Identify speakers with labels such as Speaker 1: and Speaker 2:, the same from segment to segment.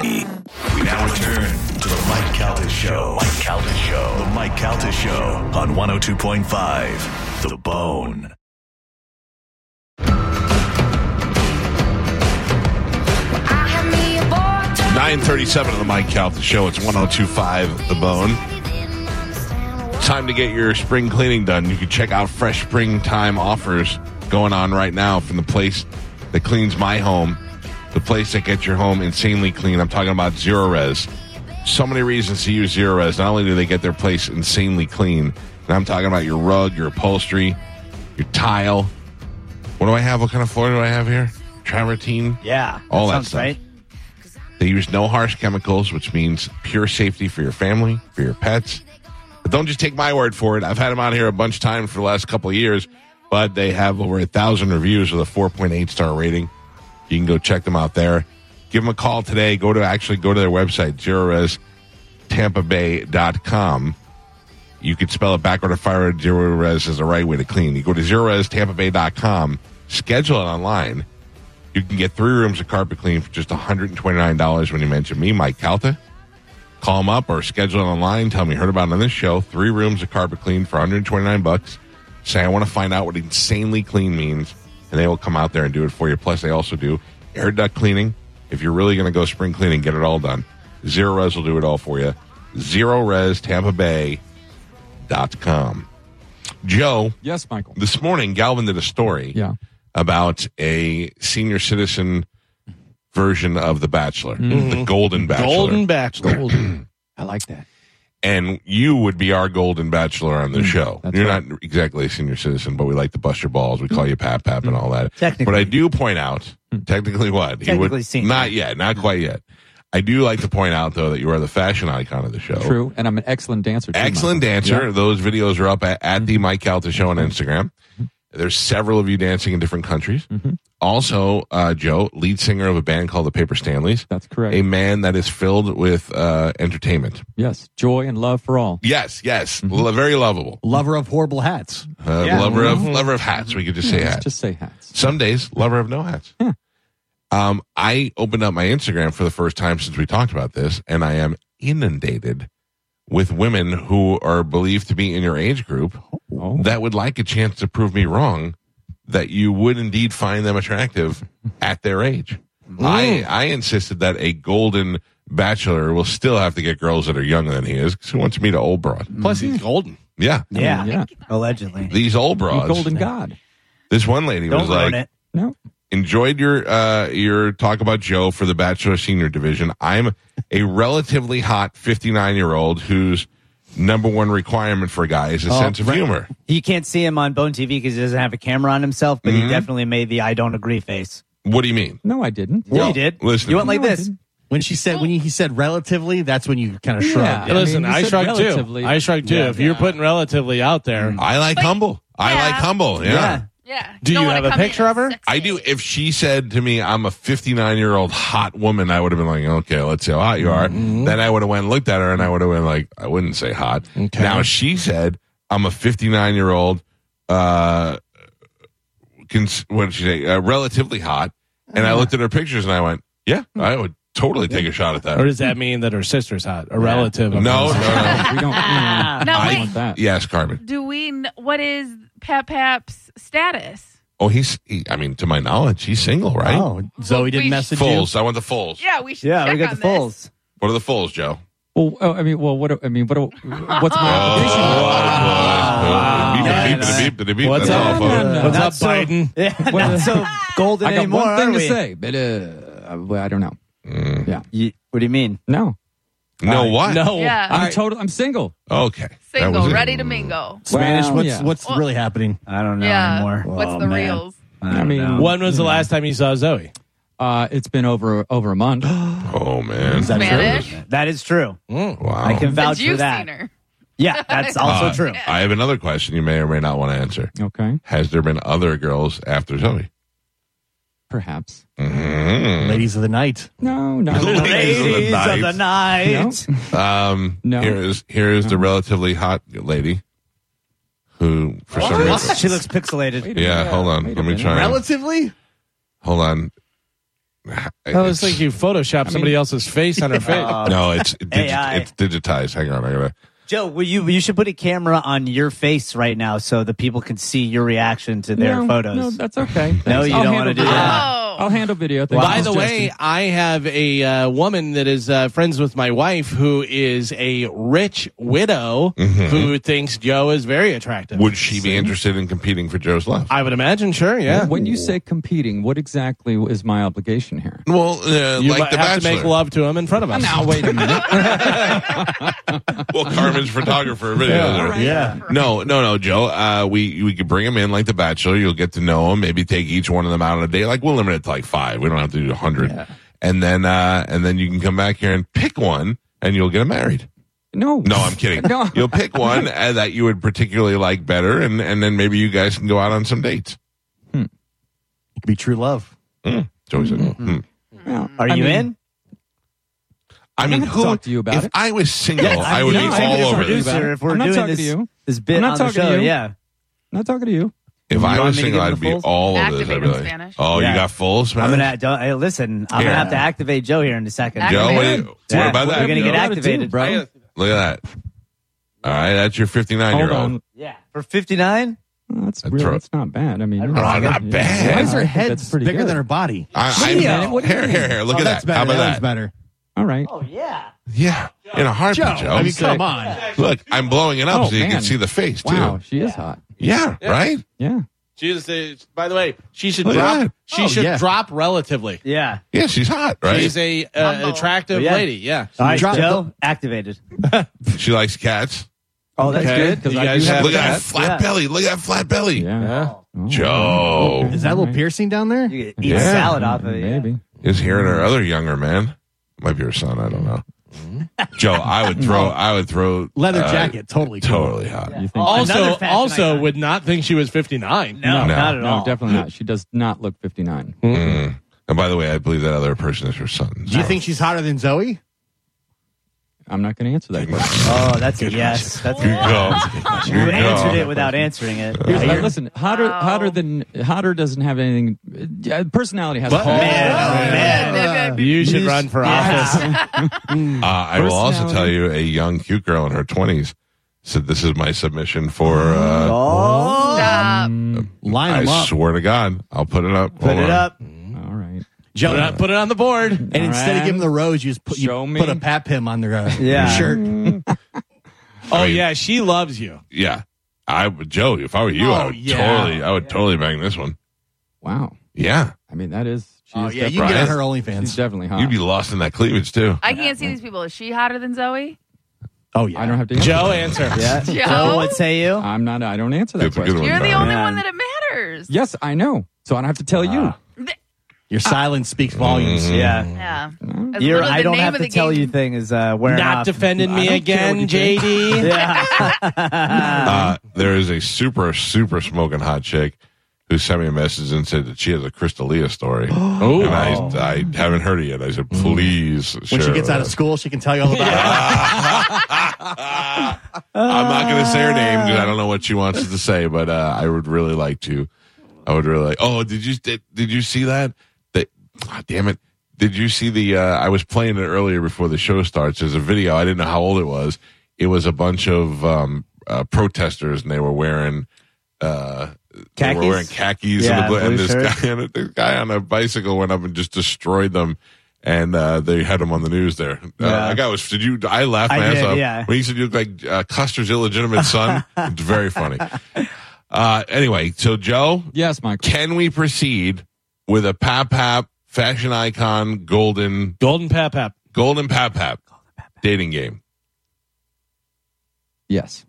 Speaker 1: We now return to the Mike Caldas Show. Mike Caldas Show. The Mike Caldas Show on 102.5 The Bone.
Speaker 2: Nine thirty-seven of the Mike Calth Show. It's one zero two five The Bone. Time to get your spring cleaning done. You can check out fresh springtime offers going on right now from the place that cleans my home, the place that gets your home insanely clean. I'm talking about Zero Res. So many reasons to use Zero Res. Not only do they get their place insanely clean, and I'm talking about your rug, your upholstery, your tile. What do I have? What kind of floor do I have here? Travertine.
Speaker 3: Yeah.
Speaker 2: All that
Speaker 3: sounds
Speaker 2: stuff.
Speaker 3: Right?
Speaker 2: They use no harsh chemicals, which means pure safety for your family, for your pets. But don't just take my word for it. I've had them out here a bunch of times for the last couple of years, but they have over a thousand reviews with a 4.8 star rating. You can go check them out there. Give them a call today. Go to actually go to their website, zerorestampabay.com. You could spell it backward or forward. Zero res is the right way to clean. You go to zerorestampabay.com, schedule it online. You can get three rooms of carpet clean for just $129 when you mention me, Mike Calta. Call them up or schedule it online. Tell me you heard about it on this show. Three rooms of carpet clean for 129 bucks. Say I want to find out what insanely clean means, and they will come out there and do it for you. Plus, they also do air duct cleaning. If you're really going to go spring cleaning, get it all done. Zero Res will do it all for you. Zero Res Tampa Bay dot com. Joe,
Speaker 4: Yes, Michael.
Speaker 2: this morning Galvin did a story
Speaker 4: Yeah.
Speaker 2: about a senior citizen version of The Bachelor, the Golden Bachelor.
Speaker 3: Golden Bachelor.
Speaker 4: I like that.
Speaker 2: and you would be our Golden Bachelor on the show.
Speaker 4: that's
Speaker 2: You're
Speaker 4: right.
Speaker 2: not exactly a senior citizen, but we like to bust your balls. We call you Pap Pap and all that.
Speaker 3: Technically.
Speaker 2: But I do point out, technically what? He
Speaker 3: Technically senior.
Speaker 2: Not yet, not quite yet. I do like to point out, though, that you are the fashion icon of the show.
Speaker 4: True. And I'm an excellent dancer. Too,
Speaker 2: Excellent
Speaker 4: Michael.
Speaker 2: dancer. Those videos are up at, at the Mike Calta Show on Instagram. There's several of you dancing in different countries. Also, uh, Joe, lead singer of a band called the Paper Stanleys,
Speaker 4: That's correct.
Speaker 2: a man that is filled with uh, entertainment.
Speaker 4: yes. Joy and love for all.
Speaker 2: Yes, yes, Lo- very lovable.
Speaker 5: Lover of horrible hats.
Speaker 2: Uh,
Speaker 3: Yeah.
Speaker 2: Lover of lover of hats. We could just say
Speaker 4: Let's
Speaker 2: hats.
Speaker 4: just say hats.
Speaker 2: Some days, lover of no hats. Um, I opened up my Instagram for the first time since we talked about this, and I am inundated with women who are believed to be in your age group
Speaker 4: Oh.
Speaker 2: that would like a chance to prove me wrong that you would indeed find them attractive at their age. I, I insisted that a golden bachelor will still have to get girls that are younger than he is because he wants me to old broad.
Speaker 6: Plus, he's golden.
Speaker 2: Yeah.
Speaker 3: Yeah.
Speaker 4: Yeah.
Speaker 3: Allegedly.
Speaker 2: These old
Speaker 4: You
Speaker 2: broads.
Speaker 4: golden god.
Speaker 2: This one lady
Speaker 3: Don't
Speaker 2: was
Speaker 3: ruin
Speaker 2: like,
Speaker 3: it.
Speaker 4: No.
Speaker 2: enjoyed your uh, your talk about Joe for the Bachelor Senior Division. I'm a relatively hot 59 year old whose number one requirement for a guy is a sense of
Speaker 3: right.
Speaker 2: humor.
Speaker 3: You can't see him on Bone TV because he doesn't have a camera on himself, but
Speaker 2: Mm-hmm.
Speaker 3: he definitely made the I don't agree face.
Speaker 2: What do you mean?
Speaker 4: No, I didn't.
Speaker 3: Yeah, you did.
Speaker 2: listen.
Speaker 3: you went like
Speaker 4: No, I
Speaker 3: this.
Speaker 4: didn't.
Speaker 5: When she said when he said relatively, that's when you kind of shrugged.
Speaker 4: Yeah. I mean,
Speaker 6: Listen,
Speaker 4: you
Speaker 6: I
Speaker 4: said
Speaker 6: shrug too.
Speaker 4: relatively.
Speaker 6: I shrug too. if you're putting relatively out there,
Speaker 2: I like humble. I
Speaker 7: yeah.
Speaker 2: like humble. Yeah.
Speaker 3: Yeah.
Speaker 7: Yeah.
Speaker 6: Do
Speaker 7: Don't
Speaker 6: you
Speaker 7: wanna
Speaker 6: have a
Speaker 7: come in
Speaker 6: picture of her?
Speaker 7: sexy.
Speaker 2: I do. If she said to me, "I'm a 59 year old hot woman," I would have been like, "Okay, let's see how hot you are." Then I would have went and looked at her, and I would have been like, "I wouldn't say hot."
Speaker 6: Okay.
Speaker 2: Now she said, "I'm a 59 year old, uh, cons- what did she say? Uh, relatively hot," and I looked at her pictures and I went, "Yeah, I would totally take a shot at that."
Speaker 6: or does that mean that her sister's hot, a relative?
Speaker 2: no,
Speaker 6: of
Speaker 2: no,
Speaker 6: hers?
Speaker 2: no.
Speaker 4: We don't. No,
Speaker 7: Now,
Speaker 4: I
Speaker 7: wait.
Speaker 4: want that.
Speaker 2: yes, Carmen.
Speaker 7: Do we? kn- What is Pep Pap's status?
Speaker 2: Oh, he's. He, I mean, to my knowledge, he's single, right?
Speaker 5: Oh, Zoe didn't
Speaker 7: We-
Speaker 5: message you.
Speaker 2: Foals. I want the foals.
Speaker 7: Yeah, we should.
Speaker 3: Yeah,
Speaker 7: check
Speaker 3: we got
Speaker 7: on
Speaker 3: the foals.
Speaker 2: What are the foals, Joe?
Speaker 4: Well, oh, I mean, well, what? do- I mean, what? do- What's my application?
Speaker 2: Oh. Beep, beep, beep, beep, beep, beep.
Speaker 6: What's
Speaker 2: That's
Speaker 6: up?
Speaker 2: all, folks.
Speaker 4: No, no,
Speaker 6: What's
Speaker 3: Not
Speaker 6: up,
Speaker 3: so-
Speaker 6: Biden?
Speaker 3: Yeah,
Speaker 4: Well,
Speaker 3: not so golden
Speaker 4: I got
Speaker 3: anymore.
Speaker 4: one
Speaker 3: are
Speaker 4: thing to
Speaker 3: we?
Speaker 4: say, but uh, well, I don't know.
Speaker 2: Mm.
Speaker 3: You- what do you mean?
Speaker 4: No,
Speaker 2: No, what?
Speaker 6: No.
Speaker 7: Yeah.
Speaker 4: I'm total. I'm single.
Speaker 2: Okay. That
Speaker 7: Single,
Speaker 2: was it.
Speaker 7: ready to mingle.
Speaker 5: Spanish.
Speaker 4: Well,
Speaker 5: what's
Speaker 4: yeah.
Speaker 5: what's really happening?
Speaker 3: I don't know
Speaker 7: yeah.
Speaker 3: anymore.
Speaker 7: What's
Speaker 3: Oh,
Speaker 7: the
Speaker 3: man.
Speaker 7: reels?
Speaker 3: I, don't
Speaker 4: I mean,
Speaker 3: know.
Speaker 6: When was the last time you saw Zoe?
Speaker 4: Uh, it's been over over a month.
Speaker 2: Oh man!
Speaker 5: that
Speaker 7: Spanish?
Speaker 3: That is true.
Speaker 2: Wow.
Speaker 3: I can
Speaker 7: Since
Speaker 3: vouch for
Speaker 7: you've
Speaker 3: that.
Speaker 7: seen her.
Speaker 3: Yeah, that's also
Speaker 2: Oh. Uh,
Speaker 3: true.
Speaker 2: I have another question you may or may not want to answer.
Speaker 4: Okay,
Speaker 2: Has there been other girls after Zoe?
Speaker 4: perhaps.
Speaker 2: Mhm.
Speaker 5: Ladies of the night.
Speaker 4: No, no,
Speaker 2: Ladies of the
Speaker 3: Ladies of the
Speaker 2: night.
Speaker 3: night.
Speaker 2: Um,
Speaker 4: No.
Speaker 2: Here is here is the relatively hot lady who, for some reason,
Speaker 3: She looks pixelated.
Speaker 4: Wait a
Speaker 2: Yeah,
Speaker 4: minute,
Speaker 2: hold on.
Speaker 4: wait
Speaker 2: Let
Speaker 4: a
Speaker 2: me
Speaker 4: minute.
Speaker 2: try.
Speaker 5: Relatively?
Speaker 2: hold on.
Speaker 6: I
Speaker 2: Oh,
Speaker 6: was like you photoshopped somebody else's face on her face.
Speaker 2: no, it's digi-
Speaker 3: AI.
Speaker 2: it's digitized. Hang on, I gotta.
Speaker 3: Joe, will you you should put a camera on your face right now so the people can see your reaction to their
Speaker 4: no,
Speaker 3: photos.
Speaker 4: No, that's okay.
Speaker 3: No,
Speaker 4: Thanks.
Speaker 3: you
Speaker 4: I'll
Speaker 3: don't
Speaker 4: handle
Speaker 3: wanna do
Speaker 4: video.
Speaker 3: that.
Speaker 7: Oh.
Speaker 4: I'll handle video. Thank
Speaker 6: By
Speaker 4: you,
Speaker 6: the
Speaker 4: Justin.
Speaker 6: way, I have a uh, woman that is uh, friends with my wife who is a rich widow who thinks Joe is very attractive.
Speaker 2: Would she be interested in competing for Joe's love?
Speaker 6: I would imagine, sure, yeah.
Speaker 4: when you say competing, what exactly is my obligation here?
Speaker 2: well, uh,
Speaker 6: you
Speaker 2: like
Speaker 6: might
Speaker 2: the
Speaker 6: have
Speaker 2: bachelor.
Speaker 6: to make love to him in front of us.
Speaker 4: Now, wait a minute.
Speaker 2: Well, Carmen's photographer, video.
Speaker 5: Yeah.
Speaker 2: No, no, no, Joe. Uh, we we could bring him in like the Bachelor. You'll get to know him. Maybe take each one of them out on a date. Like we'll limit it to like five. We don't have to do a hundred. And then uh, and then you can come back here and pick one, and you'll get him married.
Speaker 4: No,
Speaker 2: No, I'm kidding.
Speaker 4: No.
Speaker 2: You'll pick one uh, that you would particularly like better, and and then maybe you guys can go out on some dates.
Speaker 5: It could be true love.
Speaker 2: Mm. Joey said, "Hmm."
Speaker 4: Well,
Speaker 3: Are
Speaker 4: I
Speaker 3: you
Speaker 4: mean,
Speaker 3: in?
Speaker 2: I mean,
Speaker 4: not
Speaker 2: who?
Speaker 4: talk to you about
Speaker 2: if
Speaker 4: it.
Speaker 2: I was single,
Speaker 3: Yes,
Speaker 2: I would
Speaker 4: no,
Speaker 2: be
Speaker 4: I
Speaker 2: all
Speaker 4: agree
Speaker 2: over
Speaker 4: with you.
Speaker 2: this.
Speaker 3: Producer, if we're
Speaker 4: I'm not
Speaker 3: doing
Speaker 4: talking
Speaker 3: this,
Speaker 4: to you.
Speaker 3: this bit
Speaker 4: I'm not
Speaker 3: on the
Speaker 4: talking to
Speaker 3: show,
Speaker 4: you.
Speaker 3: yeah.
Speaker 4: Not talking to you.
Speaker 2: If I
Speaker 3: want
Speaker 2: was
Speaker 3: me to
Speaker 2: single,
Speaker 3: give him
Speaker 2: I'd
Speaker 3: the
Speaker 2: be
Speaker 3: full-
Speaker 2: all over this. I'd
Speaker 7: Activate
Speaker 2: be
Speaker 7: in
Speaker 2: like,
Speaker 7: Spanish.
Speaker 2: oh,
Speaker 3: Yeah.
Speaker 2: you got full Spanish?
Speaker 3: I'm gonna don't, hey, listen. I'm
Speaker 2: Here.
Speaker 3: gonna have to activate Joe here in a second.
Speaker 7: Activate.
Speaker 2: Joe, what, do you, what
Speaker 3: Yeah,
Speaker 2: about
Speaker 3: we're
Speaker 2: that?
Speaker 3: gonna
Speaker 2: Joe?
Speaker 3: get
Speaker 4: You gotta do,
Speaker 3: activated.
Speaker 4: bro.
Speaker 2: Look at that. All right, that's your 59
Speaker 4: Hold
Speaker 2: year
Speaker 4: on.
Speaker 2: old.
Speaker 3: Yeah, for 59.
Speaker 4: Well, that's
Speaker 2: That's
Speaker 4: real.
Speaker 2: right.
Speaker 4: That's not bad. I mean,
Speaker 3: Oh,
Speaker 4: yeah,
Speaker 2: not
Speaker 4: yeah.
Speaker 2: bad.
Speaker 5: Why
Speaker 4: I
Speaker 5: is her
Speaker 4: think
Speaker 5: head
Speaker 4: that's pretty
Speaker 5: bigger
Speaker 4: good.
Speaker 5: than her body?
Speaker 2: I, I,
Speaker 4: Wait a minute, what do you
Speaker 2: here, here, here. Look
Speaker 5: Oh,
Speaker 2: at
Speaker 5: that's
Speaker 2: that.
Speaker 5: better.
Speaker 2: How about
Speaker 5: one's
Speaker 2: that?
Speaker 5: better.
Speaker 4: All right.
Speaker 3: Oh yeah.
Speaker 2: Yeah. In a heartbeat, Joe.
Speaker 5: I mean, come on.
Speaker 2: Look, I'm blowing it up
Speaker 4: Oh,
Speaker 2: so you can
Speaker 4: man.
Speaker 2: see the face, too.
Speaker 4: Wow, she is hot.
Speaker 2: Yeah, right?
Speaker 4: Yeah.
Speaker 6: She's, uh, by the way, she should
Speaker 2: Look at
Speaker 6: drop.
Speaker 2: that.
Speaker 6: She
Speaker 5: Oh,
Speaker 6: should
Speaker 5: yeah.
Speaker 6: drop relatively.
Speaker 3: Yeah.
Speaker 2: Yeah, she's hot, right?
Speaker 6: She's a uh,
Speaker 7: Humble.
Speaker 6: attractive
Speaker 3: Yeah.
Speaker 6: lady. Yeah.
Speaker 3: All right,
Speaker 5: Drop
Speaker 3: Joe, activated.
Speaker 2: she likes cats.
Speaker 3: Oh, that's
Speaker 6: Okay.
Speaker 3: good.
Speaker 6: You
Speaker 4: I
Speaker 6: guys
Speaker 4: do
Speaker 6: have
Speaker 2: Look at that
Speaker 6: that?
Speaker 2: flat
Speaker 3: Yeah.
Speaker 2: belly. Look at that flat belly.
Speaker 4: Yeah. Oh,
Speaker 2: Joe
Speaker 4: okay.
Speaker 5: Is that a
Speaker 4: All
Speaker 5: little
Speaker 4: right.
Speaker 5: piercing down there?
Speaker 3: You could eat
Speaker 2: Yeah.
Speaker 3: salad off of it. yeah.
Speaker 4: Maybe.
Speaker 2: is here and her other younger man. Might be her son. I don't know. Joe, I would throw, I would throw
Speaker 5: Leather
Speaker 2: uh,
Speaker 5: jacket, totally. cool.
Speaker 2: Totally hot.
Speaker 4: You think?
Speaker 6: Also,
Speaker 3: Another fashion
Speaker 6: also
Speaker 3: icon.
Speaker 6: would not think she was 59.
Speaker 3: No,
Speaker 2: No.
Speaker 3: not at all.
Speaker 4: no, definitely not. She does not look 59.
Speaker 2: Mm. And by the way, I believe that other person is her son.
Speaker 5: Do you think she's hotter than Zoe?
Speaker 4: I'm not going to answer that question.
Speaker 3: Oh, that's a yes. That's a
Speaker 2: You go.
Speaker 3: You
Speaker 2: You
Speaker 3: answered
Speaker 2: go.
Speaker 3: it without answering it.
Speaker 4: Here's- uh, listen, hotter,
Speaker 7: Wow.
Speaker 4: hotter than hotter doesn't have anything. Uh, personality has.
Speaker 5: Oh,
Speaker 6: But-
Speaker 4: a-
Speaker 3: Man, man.
Speaker 6: You should run for office.
Speaker 2: Uh, I will also
Speaker 4: Personality.
Speaker 2: tell you, a young cute girl in her twenties said, "This is my submission for." Uh,
Speaker 3: Oh,
Speaker 7: Stop.
Speaker 5: Line
Speaker 2: I
Speaker 5: them up.
Speaker 2: swear to God, I'll put it up.
Speaker 3: put it up.
Speaker 4: All right.
Speaker 6: Put it- Put it on the board.
Speaker 5: And instead of
Speaker 4: Alright.
Speaker 5: giving the rose, you just put, you
Speaker 4: Show me.
Speaker 5: put a pap him on their uh,
Speaker 3: Yeah.
Speaker 5: shirt.
Speaker 6: Oh,
Speaker 2: mean-
Speaker 6: yeah. She loves you.
Speaker 2: Yeah, I would, Joe. If I were you, I
Speaker 6: Oh,
Speaker 2: would
Speaker 6: yeah.
Speaker 2: totally, I would totally bang this one.
Speaker 4: Wow.
Speaker 2: Yeah,
Speaker 4: I mean, that is. She
Speaker 5: Oh,
Speaker 4: is
Speaker 5: yeah, you
Speaker 4: definitely-
Speaker 5: can get her
Speaker 4: She's
Speaker 5: OnlyFans.
Speaker 4: definitely hot.
Speaker 2: you'd be lost in that cleavage too.
Speaker 7: I can't see these people. Is she hotter than Zoe?
Speaker 5: Oh, yeah.
Speaker 4: I don't have to. Answer.
Speaker 6: Joe, answer.
Speaker 3: Yeah.
Speaker 7: Joe? Um,
Speaker 3: Joe, what say you?
Speaker 4: I'm not. I don't answer that
Speaker 2: That's a good
Speaker 4: question.
Speaker 2: one.
Speaker 7: You're the
Speaker 2: Carmen.
Speaker 7: only
Speaker 3: Man.
Speaker 7: one that it matters.
Speaker 4: Yes, I know. So I don't have to tell you.
Speaker 5: Your silence speaks volumes.
Speaker 2: Mm-hmm.
Speaker 3: Yeah.
Speaker 7: Yeah. That's
Speaker 3: Your
Speaker 7: literally
Speaker 3: I
Speaker 7: the
Speaker 3: don't
Speaker 7: name
Speaker 3: have
Speaker 7: of
Speaker 3: to
Speaker 7: the
Speaker 3: tell
Speaker 7: game.
Speaker 3: you thing is uh, wearing
Speaker 6: Not
Speaker 3: off.
Speaker 6: defending me again, JD.
Speaker 3: yeah.
Speaker 2: Uh, there is a super, super smoking hot chick who sent me a message and said that she has a Crystalia story.
Speaker 6: Oh.
Speaker 2: And I, I haven't heard it yet. I said, please.
Speaker 5: Mm-hmm. When
Speaker 2: share
Speaker 5: she gets
Speaker 2: with
Speaker 5: out of
Speaker 2: us."
Speaker 5: school, she can tell you all about it.
Speaker 2: I'm not going to say her name because I don't know what she wants us to say, but uh, I would really like to. I would really like. Oh, did you did, did you see that? That ah, damn it! Did you see the? Uh, I was playing it earlier before the show starts. There's a video. I didn't know how old it was. It was a bunch of um, uh, protesters, and they were wearing. Uh, They were
Speaker 3: Khakis?
Speaker 2: wearing khakis, and,
Speaker 3: Yeah,
Speaker 2: the, bla- and
Speaker 3: blue
Speaker 2: this
Speaker 3: shirts.
Speaker 2: guy on a, this guy on a bicycle went up and just destroyed them, and uh, they had him on the news. There, uh,
Speaker 3: Yeah.
Speaker 2: that guy was. Did you? I laughed my
Speaker 3: I
Speaker 2: ass
Speaker 3: did,
Speaker 2: off
Speaker 3: yeah.
Speaker 2: when he said you look like uh, Custer's illegitimate son. it's very funny. Uh, anyway, so Joe,
Speaker 4: Yes, Michael.
Speaker 2: can we proceed with a pap pap fashion icon golden
Speaker 6: Golden Pap Pap.
Speaker 2: golden pap pap dating game?
Speaker 4: Yes.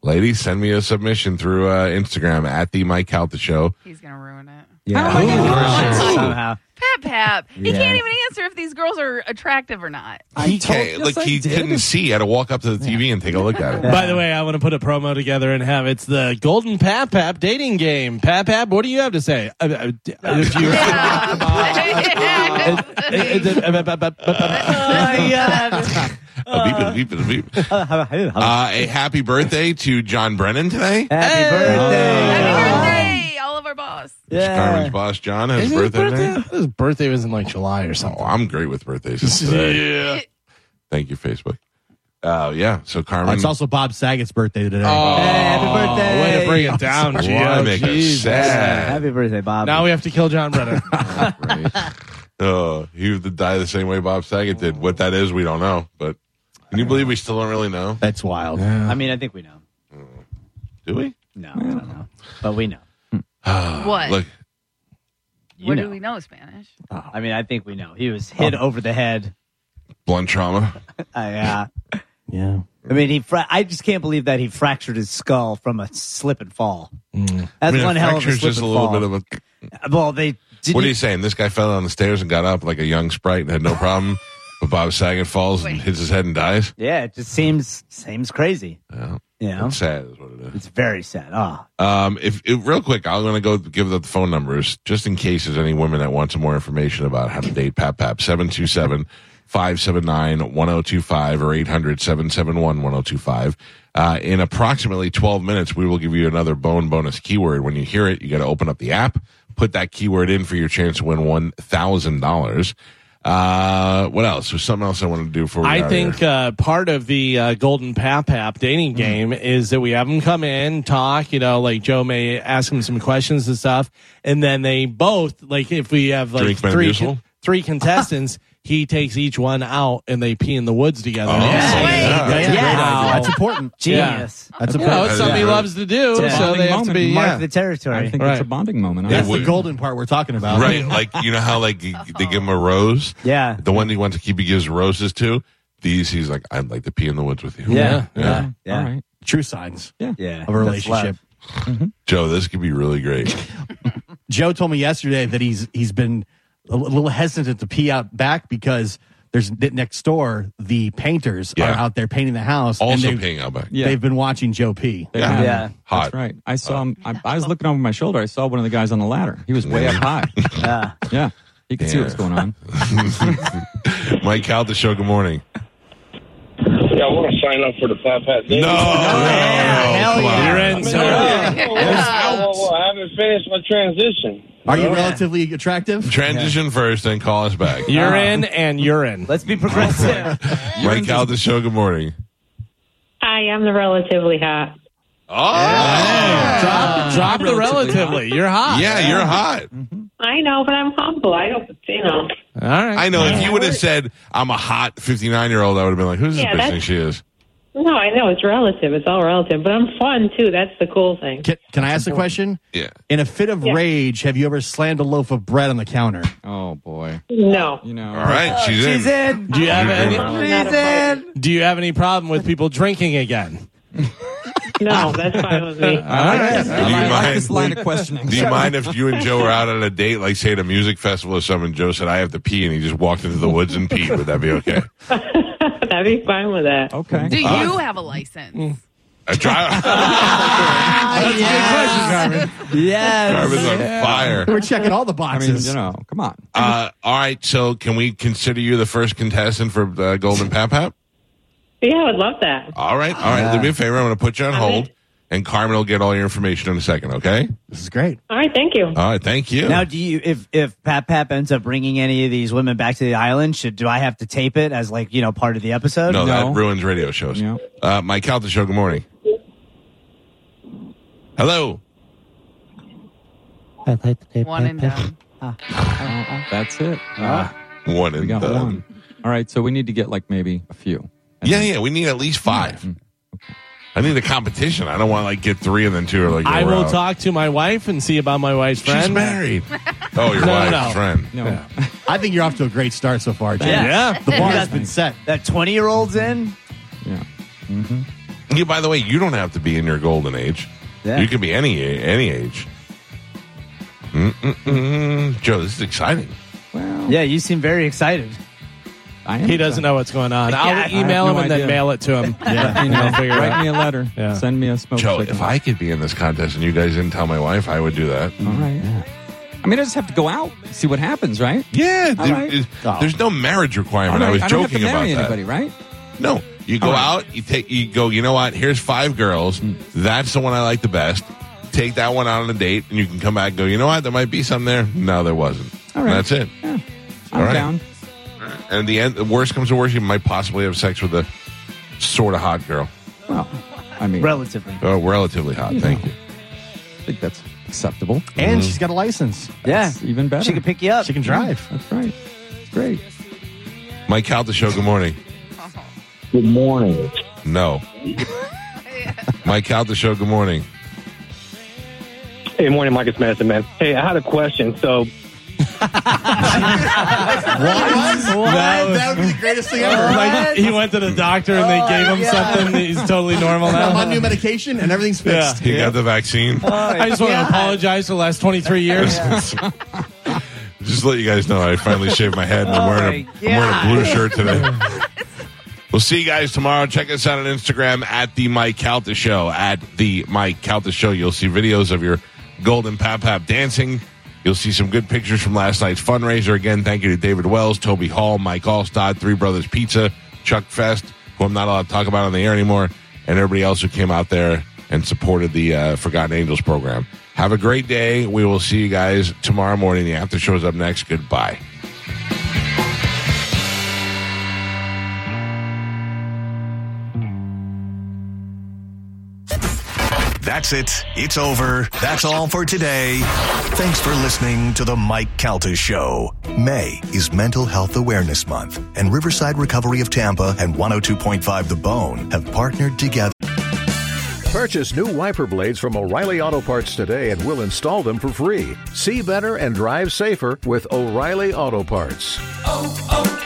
Speaker 2: Ladies, send me a submission through uh, Instagram at the Mike Calta Show.
Speaker 7: He's going to ruin it.
Speaker 4: Yeah.
Speaker 7: Oh my God.
Speaker 3: somehow.
Speaker 7: Pap Pap. He
Speaker 4: Yeah.
Speaker 7: can't even answer if these girls are attractive or not.
Speaker 2: He
Speaker 4: told-
Speaker 2: can't,
Speaker 4: yes,
Speaker 2: like
Speaker 4: I
Speaker 2: he
Speaker 4: did.
Speaker 2: couldn't see. I had to walk up to the TV and take a look at it.
Speaker 6: By the way, I want to put a promo together and have it's the Golden Pap Pap dating game. Pap Pap, what do you have to say? Uh, uh, d- uh, if you-
Speaker 7: Yeah. Oh,
Speaker 2: Uh, beep it, beep it, beep it. Uh, a happy birthday to John Brennan today.
Speaker 3: Happy
Speaker 2: Oh.
Speaker 3: birthday.
Speaker 7: Happy birthday, all of our boss.
Speaker 2: Carmen's boss, John, has
Speaker 6: Is
Speaker 2: his
Speaker 6: it his
Speaker 2: birthday today.
Speaker 6: I thought His birthday was in like July or something.
Speaker 2: Oh, I'm great with birthdays. It's today.
Speaker 6: Yeah.
Speaker 2: Thank you, Facebook. Uh, yeah, so Carmen.
Speaker 5: It's also Bob Saget's birthday today.
Speaker 3: happy birthday.
Speaker 6: Way to bring it down,
Speaker 2: Why
Speaker 6: Gio.
Speaker 2: make us
Speaker 6: Jesus.
Speaker 2: sad?
Speaker 3: Happy birthday, Bob.
Speaker 6: Now we have to kill John Brennan.
Speaker 2: Uh, he would die the same way Bob Saget did. What that is, we don't know. But can you believe we still don't really know?
Speaker 5: That's wild.
Speaker 3: I mean, I think we know.
Speaker 2: Do we?
Speaker 3: No, I don't know. But we know.
Speaker 7: What?
Speaker 2: Look,
Speaker 3: You
Speaker 7: what
Speaker 3: know.
Speaker 7: do we know Spanish?
Speaker 3: I mean, I think we know. He was
Speaker 2: Oh.
Speaker 3: hit over the head.
Speaker 2: blunt trauma.
Speaker 3: I, uh,
Speaker 5: Yeah.
Speaker 3: I mean, he. Fra- I just can't believe that he fractured his skull from a slip and fall. That's
Speaker 2: Mm. I mean,
Speaker 3: one
Speaker 2: a
Speaker 3: hell of a
Speaker 2: fracture's
Speaker 3: slip
Speaker 2: just a
Speaker 3: and
Speaker 2: little
Speaker 3: fall.
Speaker 2: bit of a.
Speaker 3: Well, they did.
Speaker 2: What are you saying? This guy fell down the stairs and got up like a young sprite and had no problem. But Bob Saget falls and
Speaker 7: Wait.
Speaker 2: hits his head and dies.
Speaker 3: yeah, it just seems seems crazy.
Speaker 2: Yeah,
Speaker 3: You know,
Speaker 2: That's sad is what it is.
Speaker 3: it's very sad. Ah,
Speaker 6: Uh,
Speaker 2: Um, if, if real quick, I'm gonna go give the phone numbers just in case there's any women that want some more information about how to date Pap Pap 727 579 1025 or 800 771 1025. Uh, in approximately 12 minutes, we will give you another bone bonus keyword. When you hear it, you got to open up the app, put that keyword in for your chance to win $1,000. Uh, what else? There's something else I want to do for
Speaker 6: I think uh, part of the uh, Golden Pap Pap dating game is that we have them come in, talk, you know, like Joe may ask them some questions and stuff. And then they both, like, if we have like
Speaker 2: Drink
Speaker 6: three,
Speaker 2: Metamucil?
Speaker 6: con- three contestants, he takes each one out and they pee in the woods together.
Speaker 2: Oh, yeah.
Speaker 6: That's,
Speaker 3: a great idea.
Speaker 5: That's important.
Speaker 3: genius.
Speaker 5: That's
Speaker 6: You know,
Speaker 5: important.
Speaker 6: it's something he
Speaker 2: Yeah.
Speaker 6: loves to do,
Speaker 3: It's a
Speaker 6: so
Speaker 4: bonding
Speaker 6: they have to
Speaker 4: moment.
Speaker 6: be.
Speaker 3: Mark
Speaker 6: yeah.
Speaker 3: the territory.
Speaker 4: I think it's a
Speaker 6: Right.
Speaker 4: bonding moment.
Speaker 5: That's
Speaker 4: I
Speaker 5: the
Speaker 2: would-
Speaker 5: golden part we're talking
Speaker 6: uh,
Speaker 5: about.
Speaker 2: right, like you know how like you- they give him a rose.
Speaker 3: yeah,
Speaker 2: The one he wants to keep, he gives roses to. These, he's like, I'd like to pee in the woods with you.
Speaker 3: yeah, yeah, yeah.
Speaker 6: Yeah.
Speaker 4: All right.
Speaker 5: True signs
Speaker 3: yeah.
Speaker 5: of a relationship.
Speaker 2: Joe, this could be really great.
Speaker 5: Joe told me yesterday that he's he's been a little hesitant to pee out back because there's next door the painters
Speaker 2: Yeah.
Speaker 5: are out there painting the house. and
Speaker 2: Also
Speaker 5: they've-
Speaker 2: paying out back.
Speaker 4: Yeah.
Speaker 5: They've been watching Joe pee.
Speaker 2: Yeah.
Speaker 3: Yeah.
Speaker 2: Hot.
Speaker 4: That's right. I saw him. I, I was looking over my shoulder. I saw one of the guys on the ladder. He was way up high.
Speaker 3: Yeah.
Speaker 4: Yeah. You can see
Speaker 2: Yeah.
Speaker 4: what's going on.
Speaker 2: Mike Cal, the show. Good morning.
Speaker 8: Yeah, I want to sign up for the Pat Pat.
Speaker 2: No,
Speaker 8: Daily.
Speaker 3: hell
Speaker 2: come on.
Speaker 3: yeah.
Speaker 6: You're in,
Speaker 8: I mean,
Speaker 6: sir.
Speaker 8: whoa, whoa, whoa, whoa, whoa, I haven't finished my transition.
Speaker 5: Are you relatively attractive?
Speaker 2: Transition first, then call us back.
Speaker 6: You're in and you're in.
Speaker 3: Let's be progressive.
Speaker 2: Mike Cal, the show. Good morning.
Speaker 9: I am the relatively hot.
Speaker 2: Oh,
Speaker 6: Drop, drop the relatively. You're hot.
Speaker 2: yeah, you're hot.
Speaker 9: I know, but I'm humble. I don't, you know.
Speaker 6: All right.
Speaker 2: I know. If you would have said, "I'm a hot 59 year old," I would have been like, "Who's this
Speaker 9: Yeah,
Speaker 2: bitch
Speaker 9: that's-
Speaker 2: think she is?"
Speaker 9: No, I know it's relative. It's all relative, but I'm fun too. That's the cool thing.
Speaker 5: Can, can I ask a question?
Speaker 2: Yeah.
Speaker 5: In a fit of rage, have you ever slammed a loaf of bread on the counter?
Speaker 4: Oh boy.
Speaker 9: No,
Speaker 4: You know.
Speaker 2: All right, Oh, she's in.
Speaker 3: She's in.
Speaker 6: Do you have any?
Speaker 2: You're
Speaker 9: I'm not a fighter.
Speaker 6: Do you have any problem with people drinking again?
Speaker 9: no, that's fine with me.
Speaker 4: All right.
Speaker 2: Do you
Speaker 4: I like
Speaker 2: mind-
Speaker 4: this line of questioning.
Speaker 2: Do you mind if you and Joe were out on a date, like say at a music festival or something? Joe said, "I have to pee," and he just walked into the woods and peed. Would that be okay?
Speaker 9: That'd be fine with that.
Speaker 4: Okay.
Speaker 7: Do you have a license?
Speaker 2: I try.
Speaker 3: Yes.
Speaker 2: Carmen's on fire.
Speaker 5: We're checking all the
Speaker 4: I mean,
Speaker 5: boxes.
Speaker 4: you know, come on.
Speaker 2: Uh, all right, so can we consider you the first contestant for uh, Golden Pap Pap?
Speaker 9: Yeah, I would love that.
Speaker 2: All right, all right. Do me a favor. I'm going to put you on hold,
Speaker 9: right.
Speaker 2: and Carmen will get all your information in a second. Okay.
Speaker 5: this is great.
Speaker 9: All right, thank you.
Speaker 2: All right. Thank you.
Speaker 3: Now, do you if if Pap Pap ends up bringing any of these women back to the island, should do I have to tape it as like you know part of the episode?
Speaker 2: no,
Speaker 4: No.
Speaker 2: that ruins radio shows.
Speaker 4: Yeah.
Speaker 2: Uh, Mike Calta Show. Good morning. Hello.
Speaker 7: One and done.
Speaker 4: Uh, that's it.
Speaker 3: Uh-huh.
Speaker 4: Uh,
Speaker 2: One and
Speaker 4: we got
Speaker 2: done.
Speaker 4: one. All right. So we need to get like maybe a few. And
Speaker 2: Yeah,
Speaker 4: then-
Speaker 2: yeah. We need at least five. I need a competition. I don't want to like get three and then two are like.
Speaker 6: I
Speaker 2: you're
Speaker 6: will
Speaker 2: out.
Speaker 6: talk to my wife and see about my wife's
Speaker 2: She's
Speaker 6: friend.
Speaker 2: married. Oh, your
Speaker 6: No,
Speaker 2: wife's
Speaker 6: no.
Speaker 2: friend.
Speaker 4: No.
Speaker 5: I think you're off to a great start so far, Joe.
Speaker 6: Yeah.
Speaker 5: The bar has been set.
Speaker 3: That twenty year old's in.
Speaker 4: Yeah.
Speaker 2: Yeah, by the way, you don't have to be in your golden age.
Speaker 3: Yeah.
Speaker 2: You can be any any age. Mm-mm-mm. Joe, this is exciting.
Speaker 3: Yeah, you seem very excited.
Speaker 4: I am
Speaker 6: He doesn't know what's going on.
Speaker 4: Yeah, I
Speaker 6: I'll email
Speaker 4: have
Speaker 6: him
Speaker 4: no
Speaker 6: and then
Speaker 4: idea.
Speaker 6: mail it to him.
Speaker 4: excited. You know,
Speaker 6: I'll figure it
Speaker 4: write
Speaker 6: out.
Speaker 4: me a letter.
Speaker 6: Yeah.
Speaker 4: Send me a smoke
Speaker 2: Joe,
Speaker 4: signal.
Speaker 2: if I could be in this contest and you guys didn't tell my wife, I would do that.
Speaker 4: All right. I mean, I just have to go out, and see what happens, right?
Speaker 2: Yeah,
Speaker 4: All
Speaker 2: there-
Speaker 4: right. Oh.
Speaker 2: is- there's no marriage
Speaker 4: All
Speaker 2: requirement.
Speaker 4: right,
Speaker 2: I was
Speaker 4: don't have
Speaker 2: joking
Speaker 4: to marry
Speaker 2: about
Speaker 4: anybody, right?
Speaker 2: that. No, you go
Speaker 4: All right.
Speaker 2: out, you take, you go. You know what? Here's five girls. That's the one I like the best. Take that one out on a date, and you can come back and go. You know what? There might be some there. No, there wasn't.
Speaker 4: All right.
Speaker 2: And that's it.
Speaker 4: Yeah.
Speaker 2: All
Speaker 4: I'm
Speaker 2: right.
Speaker 4: down.
Speaker 2: And at the end, the worst comes to worst, you might possibly have sex with a sort of hot girl.
Speaker 4: Well, I mean,
Speaker 3: Relatively.
Speaker 2: Oh, relatively hot. Thank you.
Speaker 4: I think that's acceptable.
Speaker 5: And she's got a license.
Speaker 3: Yeah.
Speaker 4: That's even better.
Speaker 3: She can pick you up.
Speaker 5: She can drive.
Speaker 4: That's right. It's great.
Speaker 2: Mike Calta show. Good morning.
Speaker 8: Good morning.
Speaker 2: No. Mike Calta show. Good morning.
Speaker 8: Hey, morning, Mike. It's Madison, man. Hey, I had a question. So,
Speaker 5: That, that would be the greatest thing ever. Oh,
Speaker 6: Like, he went to the doctor and they gave him something. That he's totally normal
Speaker 5: I'm on
Speaker 6: now.
Speaker 5: new medication and everything's
Speaker 4: Uh,
Speaker 5: fixed.
Speaker 2: He got the vaccine.
Speaker 6: I just want to apologize for the last 23 years.
Speaker 2: Just to let you guys know, I finally shaved my head and
Speaker 4: Oh
Speaker 2: I'm wearing, a,
Speaker 3: my
Speaker 2: I'm wearing a blue shirt today. we'll see you guys tomorrow. Check us out on Instagram at the Mike Calta Show. At the Mike Calta Show, you'll see videos of your golden pap pap dancing. You'll see some good pictures from last night's fundraiser. Again, thank you to David Wells, Toby Hall, Mike Allstad, Three Brothers Pizza, Chuck Fest, who I'm not allowed to talk about on the air anymore, and everybody else who came out there and supported the uh, Forgotten Angels program. Have a great day. We will see you guys tomorrow morning. The after show is up next. Goodbye.
Speaker 1: That's it. It's over. That's all for today. Thanks for listening to the Mike Calta Show. May is Mental Health Awareness Month, and Riverside Recovery of Tampa and 102.5 The Bone have partnered together.
Speaker 10: Purchase new wiper blades from O'Reilly Auto Parts today and we'll install them for free. See better and drive safer with O'Reilly Auto Parts.
Speaker 11: oh,